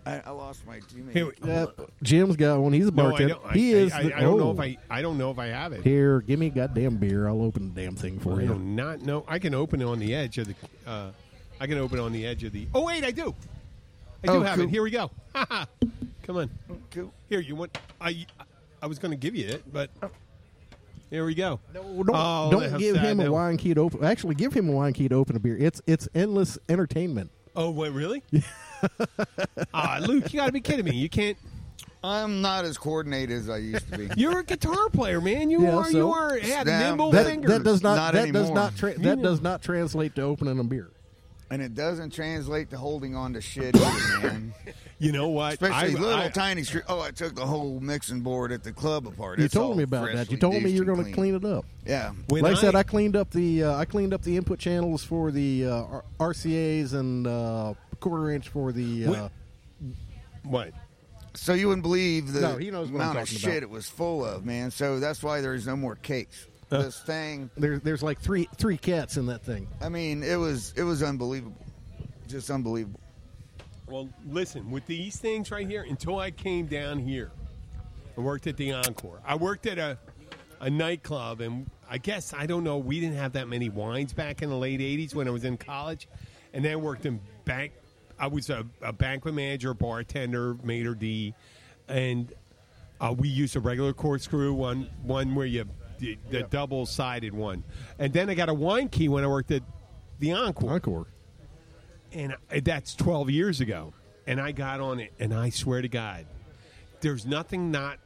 I, I lost my teammate. Here we- Yep. uh, Jim's got one. He's a No, I bartender. don't. I, he I- is. I, the- I don't know oh. if I. I don't know if I have it. Here, give me a goddamn beer. I'll open the damn thing for I do you. not know. I can open it on the edge of the. Uh, I can open it on the edge of the. Oh wait, I do. I do Oh, have cool. it. Here we go. Haha. Come on. Cool. Here you want. I. I was going to give you it, but here we go. No, don't Oh, don't that's give sad him a now. wine key to open. Actually, give him a wine key to open a beer. It's it's endless entertainment. Oh wait, really? Ah, Luke, you got to be kidding me. You can't. I'm not as coordinated as I used to be. You're a guitar player, man. You Yeah, are. so- you are. Have Damn. nimble That- fingers. That does not, Not that does anymore. not tra- that does not translate to opening a beer. and it doesn't translate to holding on to shit either, man. you know what? Especially I- little I- tiny str Oh, I took the whole mixing board at the club apart. You It's all told me about that. freshly You told me deuced you're and going to clean it up. Yeah. when like I said, I cleaned up the uh, I cleaned up the input channels for the uh, R- RCAs and uh, quarter inch for the. Uh, When- what? So you wouldn't believe the No, he knows what I'm amount of talking about. shit it was full of, man. So that's why there's no more cakes. Uh. This thing, there, there's like three three cats in that thing. I mean, it was it was unbelievable, just unbelievable. Well, listen, with these things right here, until I came down here and worked at the Encore, I worked at a, a nightclub, and I guess, I don't know, we didn't have that many wines back in the late 80s when I was in college. And then worked in bank, I was a, a banquet manager, bartender, maitre d', and uh, we used a regular corkscrew one, one where you, the, the double sided one. And then I got a wine key when I worked at the Encore Encore. and I- that's 12 years ago and i got on it and i swear to god there's nothing not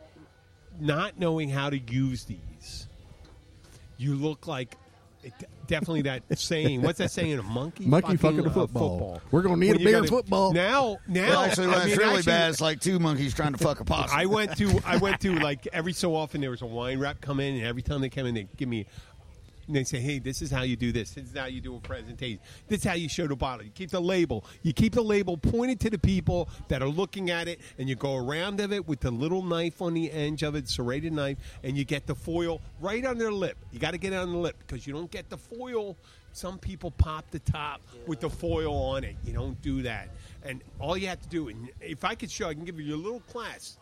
not knowing how to use these you look like definitely that saying what's that saying a monkey Monkey fucking a uh, football. We're gonna need When a you bigger gotta- football. now now Well, actually, when I it's mean, really actually, bad, it's like two monkeys trying to fuck a possum. I went to I went to like every so often there was a wine rep come in and every time they come in they give me and they say, "Hey, this is how you do this. This is how you do a presentation. This is how you show the bottle. You keep the label. You keep the label pointed to the people that are looking at it, and you go around of it with the little knife on the edge of it, serrated knife, and you get the foil right on their lip. You got to get it on the lip because you don't get the foil. Some people pop the top with the foil on it. You don't do that. And all you have to do, and if I could show, I can give you a little class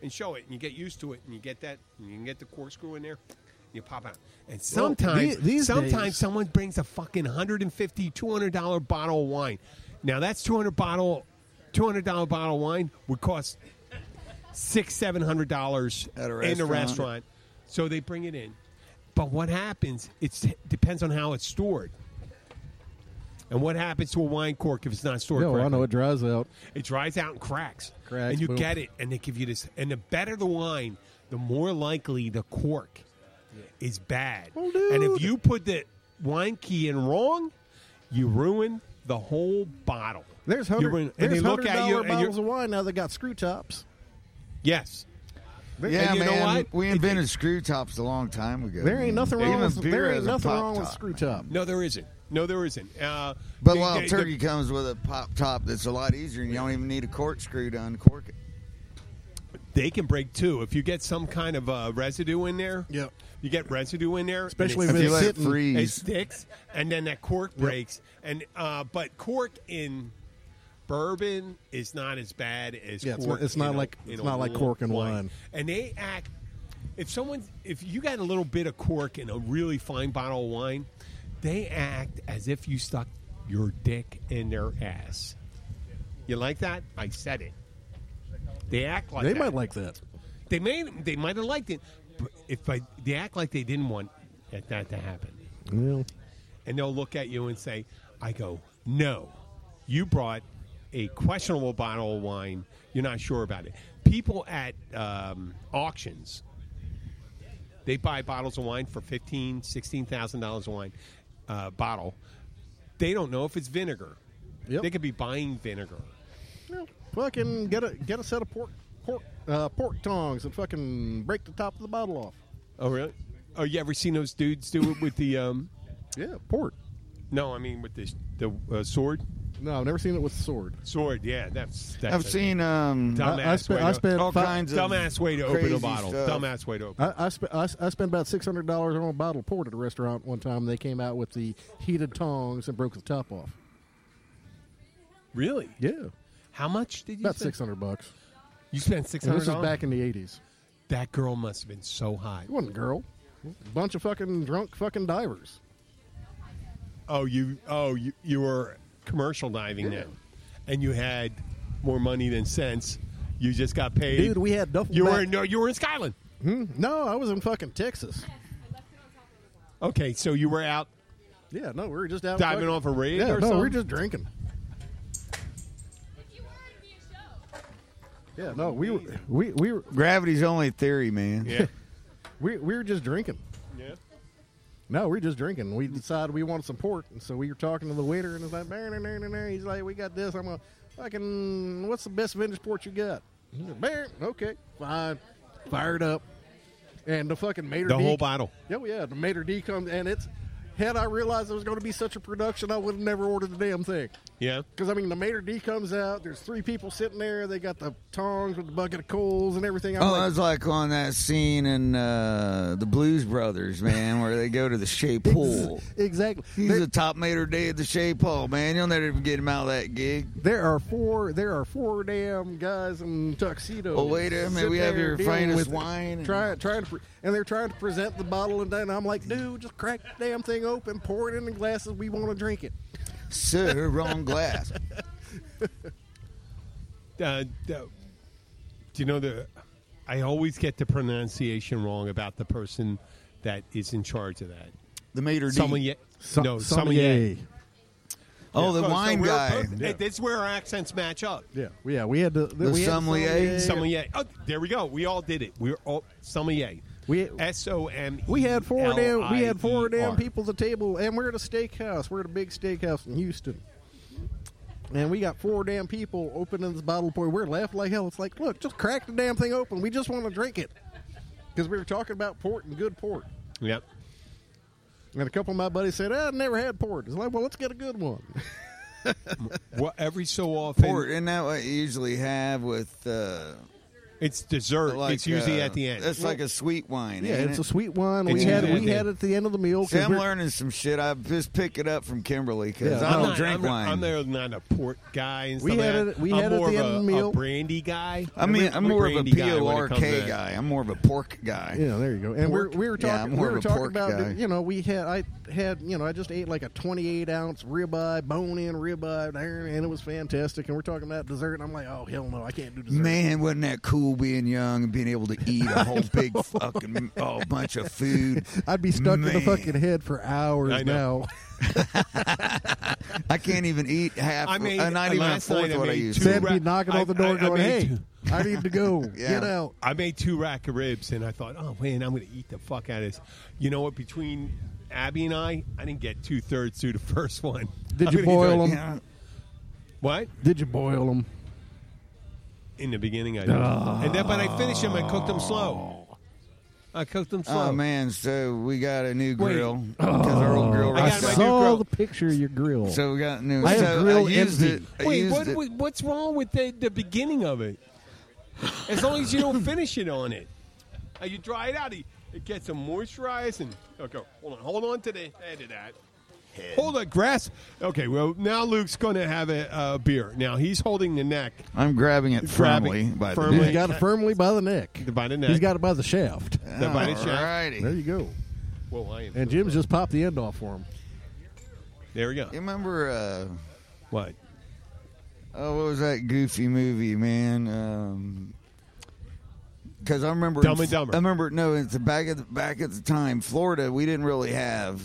and show it, and you get used to it, and you get that, and you can get the corkscrew in there, and you pop out. And sometimes, the- these sometimes days- someone brings a fucking 150 200 dollar bottle of wine. Now that's 200 bottle, 200 dollar bottle of wine would cost six, seven hundred dollars At a in the restaurant. restaurant. So they bring it in, but what happens? It depends on how it's stored. And what happens to a wine cork if it's not stored No, correctly? I know it dries out. It dries out and cracks. Cracks, And you boom. get it, and they give you this. And the better the wine, the more likely the cork is bad. Oh, and if you put the wine key in wrong, you ruin the whole bottle. There's You hundred. ruin- There's hundred dollar and you're- bottles of wine now that got screw tops. yes. yeah, and you know man. what? We It- invented screw tops a long time ago. There ain't man. nothing wrong. Mm, Even With, beer there has ain't a nothing pop wrong with top. screw top. No, there isn't. No, there isn't. Uh, But they- wild they- turkey comes with a pop top that's a lot easier, and you don't even need a corkscrew to uncork it. they can break too if you get some kind of uh, residue in there. Yep. You get residue in there, and Especially it if If you it's let it sitting- it freeze, sticks, and then that cork breaks. And uh, but cork in bourbon is not as bad as Yeah, it's cork not- it's not in a- like- in it's a not like little cork and wine. wine. And they act if someone if you got a little bit of cork in a really fine bottle of wine, they act as if you stuck your dick in their ass. You like that? I said it. They act like They that. might like that. They may they might have liked it, but if I, they act like they didn't want that, that to happen, Well, and they'll look at you and say, "I go no, you brought a questionable bottle of wine. You're not sure about it." People at um, auctions, they buy bottles of wine for fifteen, sixteen thousand dollars a wine uh, bottle. They don't know if it's vinegar. Yep. They could be buying vinegar. well, fucking get a get a set of pork pork uh, pork tongs and fucking break the top of the bottle off. Oh really? Oh, you ever seen those dudes do it with the? Um, Yeah, pork. No, I mean with this the uh, sword. No, I've never seen it with a sword. Sword, yeah, that's that's I've a seen um, Dumbass I- I spent- way I to- spent all fi- kinds of dumbass way to open crazy a bottle. stuff. Dumbass way to open. I, I, sp- I, s- I spent about six hundred dollars on a bottle of port at a restaurant one time. They came out with the heated tongs and broke the top off. really? Yeah, How much did you? about spend? six hundred bucks. You spent six And hundred. this was back in the eighties. That girl must have been so high. It wasn't a girl, bunch of fucking drunk fucking divers. Oh, you. Oh, you. You were commercial diving Yeah. then, and you had more money than sense. You just got paid, Dude, we had duffel. You bag- were in, no, you were in Scotland. no, I was in fucking Texas. Okay, so you were out Yeah, no, we were just out diving fucking- off a rig or Oh, Yeah, no, we something. were just drinking. Yeah, no, we were we we were gravity's only a theory, man. yeah, we, we were just drinking. yeah. No, we were just drinking. We decided we wanted some port, and so we were talking to the waiter, and it's like, "Nah, nah, nah, nah, nah." he's like, "We got this." I'm gonna fucking. What's the best vintage port you got? He's like, "Bah, Okay, fine. Fired up, and the fucking mater The D- whole bottle. Yeah, well, yeah. The mater D comes, and it's. Had I realized it was going to be such a production, I would have never ordered the damn thing. Yeah. Because I mean, the maitre d comes out. There's three people sitting there. They got the tongs with the bucket of coals and everything. I'm Oh, that like, was like on that scene in uh, the Blues Brothers, man, where they go to the Shea "Ex- Pool. Exactly. He's There, the top mater day at the Shea Pool, man. You'll never get him out of that gig. there are four. There are four damn guys in tuxedos. Oh, wait a minute, sitting we have there your dealing finest with it, wine and- Trying, trying to, pre- and they're trying to present the bottle and then I'm like, dude, just crack the damn thing open, pour it in the glasses. We want to drink it. Sir, wrong glass. uh, the- do you know the? I always get the pronunciation wrong about the person that is in charge of that. The mater d. Sommelier. no, sommelier. oh, the So- so wine we're guy. both- Yeah. That's where our accents match up. Yeah, yeah. We had the, the we had sommelier. Sommelier. Oh, there we go. We all did it. We're all sommelier. We- S O M. E We had four damn we had E four damn people at the table, and we're at a steakhouse. We're at a big steakhouse in Houston, and we got four damn people opening this bottle of pour. We're laughing like hell. It's like, look, just crack the damn thing open. We just want to drink it because we were talking about port and good port. Yep. And a couple of my buddies said, "I've never had port." It's like, well, let's get a good one. Well, every so often, Port, isn't that what you usually have with? Uh, it's dessert. like, it's usually uh, at the end. It's like a sweet wine. yeah, ain't it's it? a sweet one. We It's had usually we at had the- it at the end of the meal. 'cause See, I'm we're- learning some shit. I just picked it up from Kimberly because Yeah, I no. don't not- drink not- wine. I'm there not a port guy. And We stuff had like it- that. we I'm had it at more the of end of a, the meal. a brandy guy. I mean, Every- I'm more of a brandy P guy when it O R comes to K that. guy. I'm more of a pork guy. Yeah, there you go. And we're, Pork? we were Yeah, talking. I'm we more were of a talking pork about guy. you know we had I had you know I just ate like a 28 ounce ribeye, bone in ribeye there, and it was fantastic. And we're talking about dessert, and I'm like, oh hell no, I can't do dessert. Man, wasn't that cool being young and being able to eat a whole big fucking oh, bunch of food? I'd be stuck in the Man. fucking head for I hours know. now. I can't even eat half. I made- uh, not even a last night fourth I what I made used. two to. Sam'd be Right. knocking I- on the door, I- I going, made "Hey, two. I need to go. Yeah. Get out." I made two rack of ribs, and I thought, oh man, I'm going to eat the fuck out of this. You know what? Between Abby and I, I didn't get two thirds through the first one. Did I'm you gonna eat boil the- them? Yeah. What? Did you boil them? In the beginning, I did, and then but I finished them. I cooked them Oh. slow. I cooked them slow. Oh man, so we got a new Wait. Oh. grill because our old grill. I got rusted. my new grill. picture of your grill. So we got new. I have so grill I used envy. it. I Wait, used what, it. what, what's wrong with the, the beginning of it? As long as you don't finish it on it, Uh, you dry it out. It it gets them moisturized and okay. Hold on, hold on to the head of that. Hold on, grasp. Okay, well now Luke's going to have a, a beer. Now he's holding the neck I'm grabbing it Grabbing firmly by firmly. the He's neck. got it firmly by the neck. by the neck. He's got it by the shaft. the by the shaft. There Alrighty. you go. Whoa, I am. And Jim's just popped the end off for him. there we go. You remember uh, What? oh, what was that goofy movie, man? Um 'cause because I remember Dumb and Dumber. I remember no, it's the back at the back at the time, Florida. We didn't really have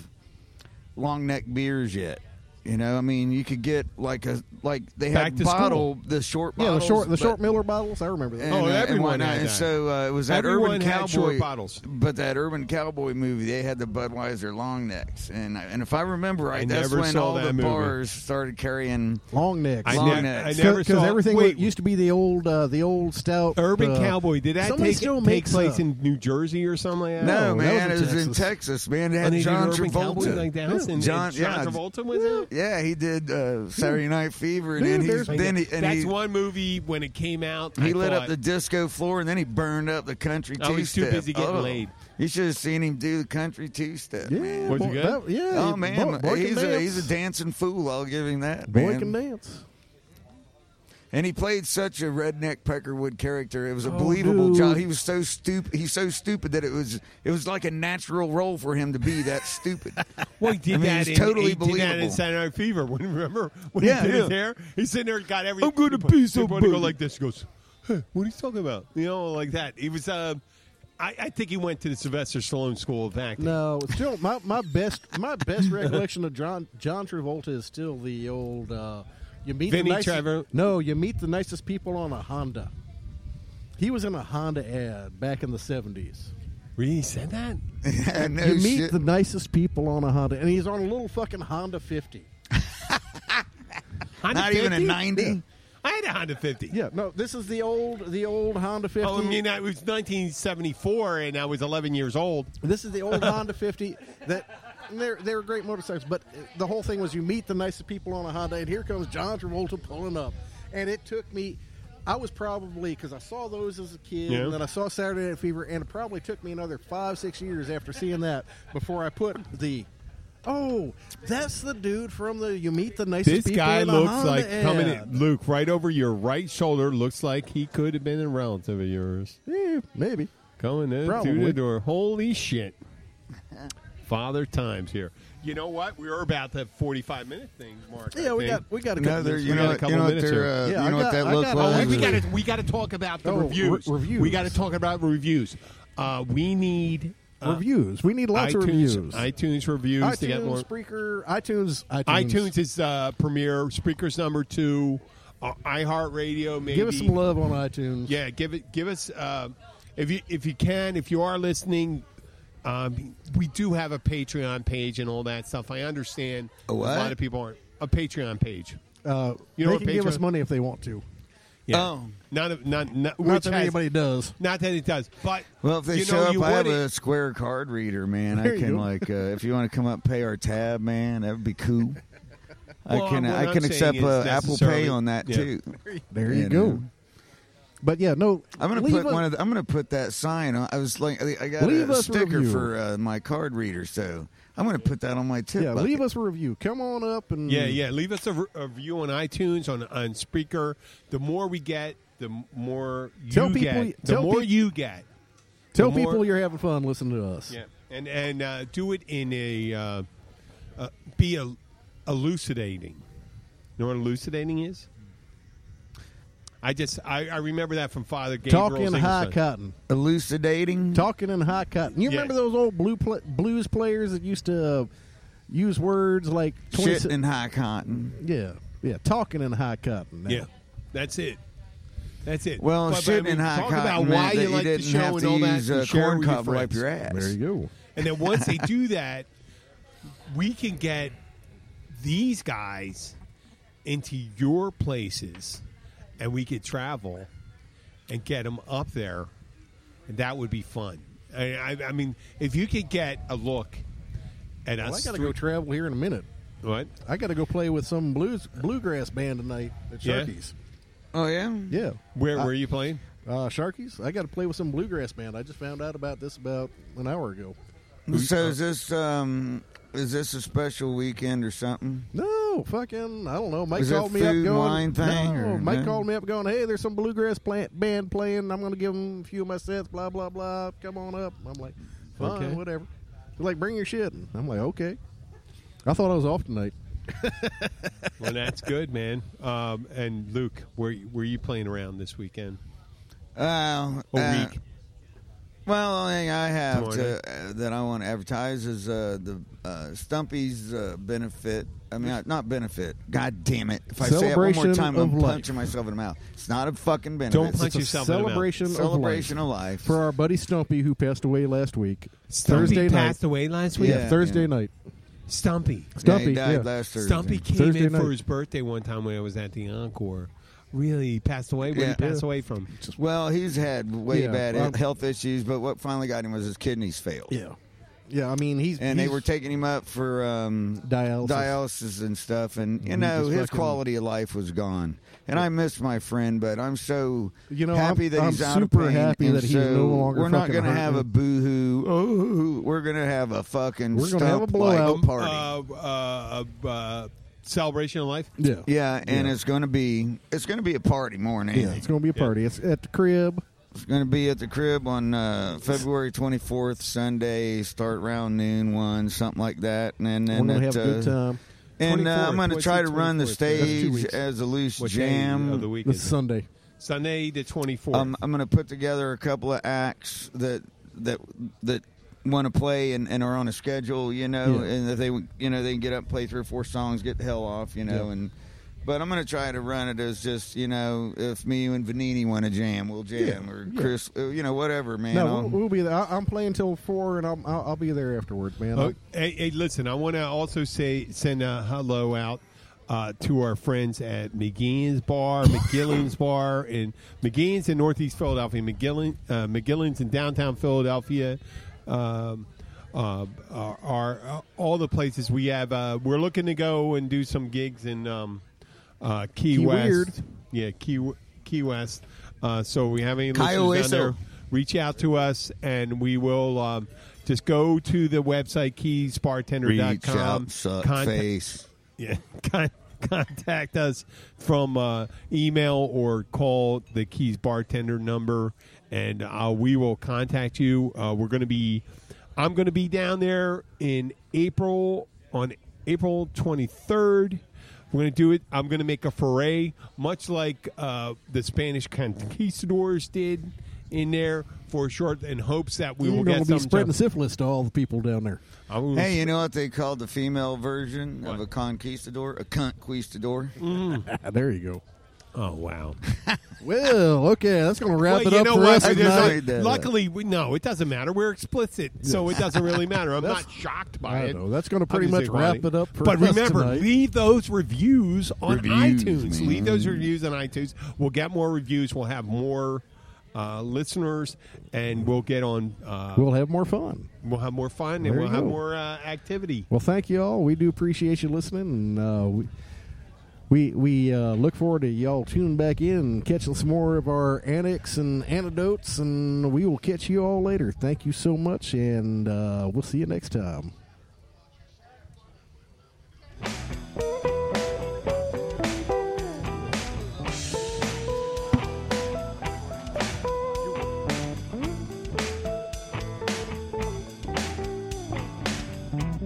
long neck beers yet. You know, I mean, you could get like a like they Back had to bottle the short Yeah, the bottles, short the but- short Miller bottles. I remember that. and, Oh, uh, and everyone whatnot. had And that. so uh, it was that Everyone urban had cowboy short bottles. But that urban cowboy movie, they had the Budweiser long necks, and uh, and if I remember right, I that's never when saw all that the movie. Oh, bars started carrying. Long necks. I, Long ne- neck. I Cause- never saw. everything wait, used to be the old uh, the old stout Urban uh, Cowboy. Did that somebody take, still take makes place a- in New Jersey or something like that? No, that was man, in it was in Texas. Texas, man. They And had they John did Urban Cowboy Travolta. like that, and- and John, yeah, Travolta was in it. yeah, he did uh, Saturday Night Fever, and then Dude, he's there's- then he, and That's he, one movie when it came out. he I lit up thought, the disco floor, and then he burned up the country. I was too two-step. Oh, busy getting laid. You should have seen him do the country two step. Yeah, man. Was it boy, good? that- yeah. Oh it- man, boy, boy can he's a dance. he's a dancing fool. I'll give him that. boy man. can dance. And he played such a redneck Peckerwood character. It was a Oh, believable dude. job. He was so stupid. He's so stupid that it was it was like a natural role for him to be that stupid. Well, he did I mean, that. it's in, totally he did that in believable. Saturday Night Fever. When remember when Yeah, he did his yeah. hair, he's sitting there, and got every. I'm gonna he put- be so he put it go big. like this. He goes, "Huh, "What are you talking about?" You know, like that. He was. Uh, I, I think he went to the Sylvester Stallone School of Acting. No, still my, my best my best recollection of John John Travolta is still the old uh, you meet Vinnie the nicest, Trevor. No, you meet the nicest people on a Honda. He was in a Honda ad back in the seventies. Really said that? no you meet shit. the nicest people on a Honda, and he's on a little fucking Honda fifty. Honda Not even a 50? ninety. I had a Honda 50. Yeah, no, this is the old the old Honda fifty. Oh, I mean, it was 1974, and I was 11 years old. This is the old Honda 50 that and they're they're great motorcycles, but the whole thing was you meet the nicest people on a Honda, and here comes John Travolta pulling up, and it took me. I was probably because I saw those as a kid, Yeah. and then I saw Saturday Night Fever, and it probably took me another five six years after seeing that before I put the. Oh, that's the dude from the You Meet the Nicest This People guy in a looks Honda like coming in, ad. Luke right over your right shoulder. Looks like he could have been a relative of yours Yeah, maybe. coming in through the Probably. door. Holy shit! Father times here. You know what? We are about that forty-five minute thing, Mark. I Yeah, we think. got we got a No, couple. there- minutes. you We got know, a what- couple you know what minutes they're, here. uh, Yeah, you I know what got- that I looked got- Oh, like. we got to we got to talk about the Oh, re- reviews. reviews. We got to talk about reviews. Uh, we need uh, reviews. We need lots iTunes, of reviews. iTunes reviews to get more. iTunes, Spreaker, iTunes, iTunes is uh, premier. Speakers number two. Uh, iHeartRadio. Maybe Give us some love on iTunes. Yeah, give it. Give us uh, if you if you can. If you are listening, um, we do have a Patreon page and all that stuff. I understand A what? lot of people aren't a Patreon page. Uh, You know what they can give us Patreon- money if they want to. Yeah. Oh. Not, a, not, not, Not which that has- anybody does. Not that it does, but Well, if they you show know, up, you I have would- a square card reader, man. There I you can go. like, uh, if you want to come up, pay our tab, man. That would be cool. Well, I can what I I'm can saying accept is uh, Apple Pay necessarily- on that Yeah. too. There you And, go. uh, But yeah, no. I'm gonna leave put us- one of the, I'm gonna put that sign on. I was like, I got Leave a us a sticker review. for uh, my card reader, so I'm gonna put that on my tip. Yeah, bucket. leave us a review. Come on up and Yeah, yeah. Leave us a, re- a review on iTunes, on on Spreaker. The more we get, the m- more you Tell people- get. The tell more peop- you get. Tell The more- people you're having fun listening to us. Yeah, and and uh, do it in a uh, uh, be a, elucidating. You know what elucidating is? I just I, I remember that from Father Gabriel's Talking high English lesson. cotton. elucidating. Talking in high cotton. You Yeah. remember those old blue pl- blues players that used to uh, use words like 20 shit in high cotton. Yeah, yeah. Talking in high cotton. Yeah, that's it. That's it. Well, But- but, I shit mean, in high talk cotton. about meant why that you like the didn't show have and to all that. use, and uh, share corn with your cob to wipe friends. your ass. There you go. And then once they do that, we can get these guys into your places and we could travel and get them up there. And that would be fun. I, I, I mean, if you could get a look at Well, I us. got to three- go travel here in a minute. what? I got to go play with some blues bluegrass band tonight at Yeah? Sharky's. Oh yeah. Yeah. Where I- were you playing? Uh, Sharkies, I got to play with some bluegrass band. I just found out about this about an hour ago. So is this um, Is this a special weekend or something? No, fucking, I don't know. Mike Was it called me up food, going, wine thing, no, or Mike no? called me up going, hey, there's some bluegrass plant, band playing. I'm going to give them a few of my sets. Blah blah blah. Come on up. I'm like, fine, Okay. whatever. They're like, bring your shit. And I'm like, okay. I thought I was off tonight. Well, that's good, man. Um, and Luke, were were you playing around this weekend? Uh, A uh, week. Well, the only thing I have Tomorrow to, uh, that I want to advertise is uh, the uh, Stumpy's uh, benefit. I mean, uh, not benefit. God damn it! If I say it one more Celebration time, of I'm life. punching myself in the mouth. It's not a fucking benefit. Don't It's punch It's a yourself in the mouth. celebration, a of celebration life. of life. for our buddy Stumpy who passed away last week. Thursday Stumpy passed night. away last week. Yeah. Yeah, Thursday night. Stumpy. yeah, Stumpy. he died yeah. last Thursday. Stumpy came Thursday in night. for his birthday one time when I was at the Encore. Really, he passed away. What did Yeah. he pass Yeah. away from? Well, he's had way Yeah, bad well- health issues, but what finally got him was his kidneys failed. Yeah, yeah. I mean, he's and they he's- were taking him up for um, Dialysis. dialysis and stuff. And you He know, just his fucking- quality of life was gone. And I miss my friend, but I'm so You know, happy I'm- that I'm he's out super of pain. happy and that he's so no longer We're not fucking gonna have hurting. a boo-hoo. Oh, we're gonna have a fucking. We're gonna have a stump-like blowout. party. Uh, uh, uh, celebration of life. yeah, yeah, and Yeah. it's gonna be it's gonna be a party more than yeah. anything. It's gonna be a Yeah. party. It's at the crib. It's going to be at the crib on uh, February 24th, Sunday. Start around noon, one something like that, and then We're gonna it, have a good uh, time. And uh, I'm 24th, going to what's try the to run the 24th? That's two stage weeks. as a loose What day of the jam. week This is is it? Sunday. Sunday the 24th. Um, I'm going to put together a couple of acts that that that want to play and, and are on a schedule, you know, Yeah. and that they you know they can get up, play three or four songs, get the hell off, you know, Yeah. and. But I'm going to try to run it as just you know, if me and Vanini want to jam, we'll jam, or yeah. Chris, uh, you know, whatever, man. No, I'll- um, we'll, we'll be there. I, I'm playing till four, and I'm, I'll, I'll be there afterwards, man. Oh, hey, hey, listen, I want to also say send a hello out uh, to our friends at McGinn's Bar, McGillin's Bar, and McGinn's in Northeast Philadelphia, McGillin, uh, McGillin's in downtown Philadelphia. Um, uh, are, are uh, all the places we have? Uh, we're looking to go and do some gigs in um, uh, Key, Key West. Weird. Yeah, Key Key West. Uh, so we have any Cayo listeners down Hueso. there? reach out to us and we will um, just go to the website reach keysbartender.com out, suck contact, face. yeah, con- contact us from uh, email or call the keys bartender number and uh, we will contact you uh, we're going to be i'm going to be down there in april on april 23rd we're going to do it i'm going to make a foray much like uh, the spanish conquistadors did in there for short in hopes that we You're will gonna get some be spreading syphilis to all the people down there. I will- Hey, you know what they called the female version of What? a conquistador? A conquistador. Ah, there you go. oh wow Well, okay, that's gonna wrap it you up know for what? us There's tonight. Sorry, Dad. not- luckily, we, no, it doesn't matter. We're explicit, so it doesn't really matter. I'm not shocked by I it. know. That's gonna I'm pretty just much ironic. wrap it up for but us remember, tonight. leave those reviews on Reviews, iTunes. Leave man. those reviews on iTunes. We'll get more reviews. We'll have more uh, listeners, and we'll get on. Uh, We'll have more fun. we'll have more fun, There and you we'll have go. more uh, activity. Well, thank you all. We do appreciate you listening, and uh, we we, we uh, look forward to y'all tuning back in, and catching some more of our antics and anecdotes, and we will catch you all later. Thank you so much, and uh, we'll see you next time.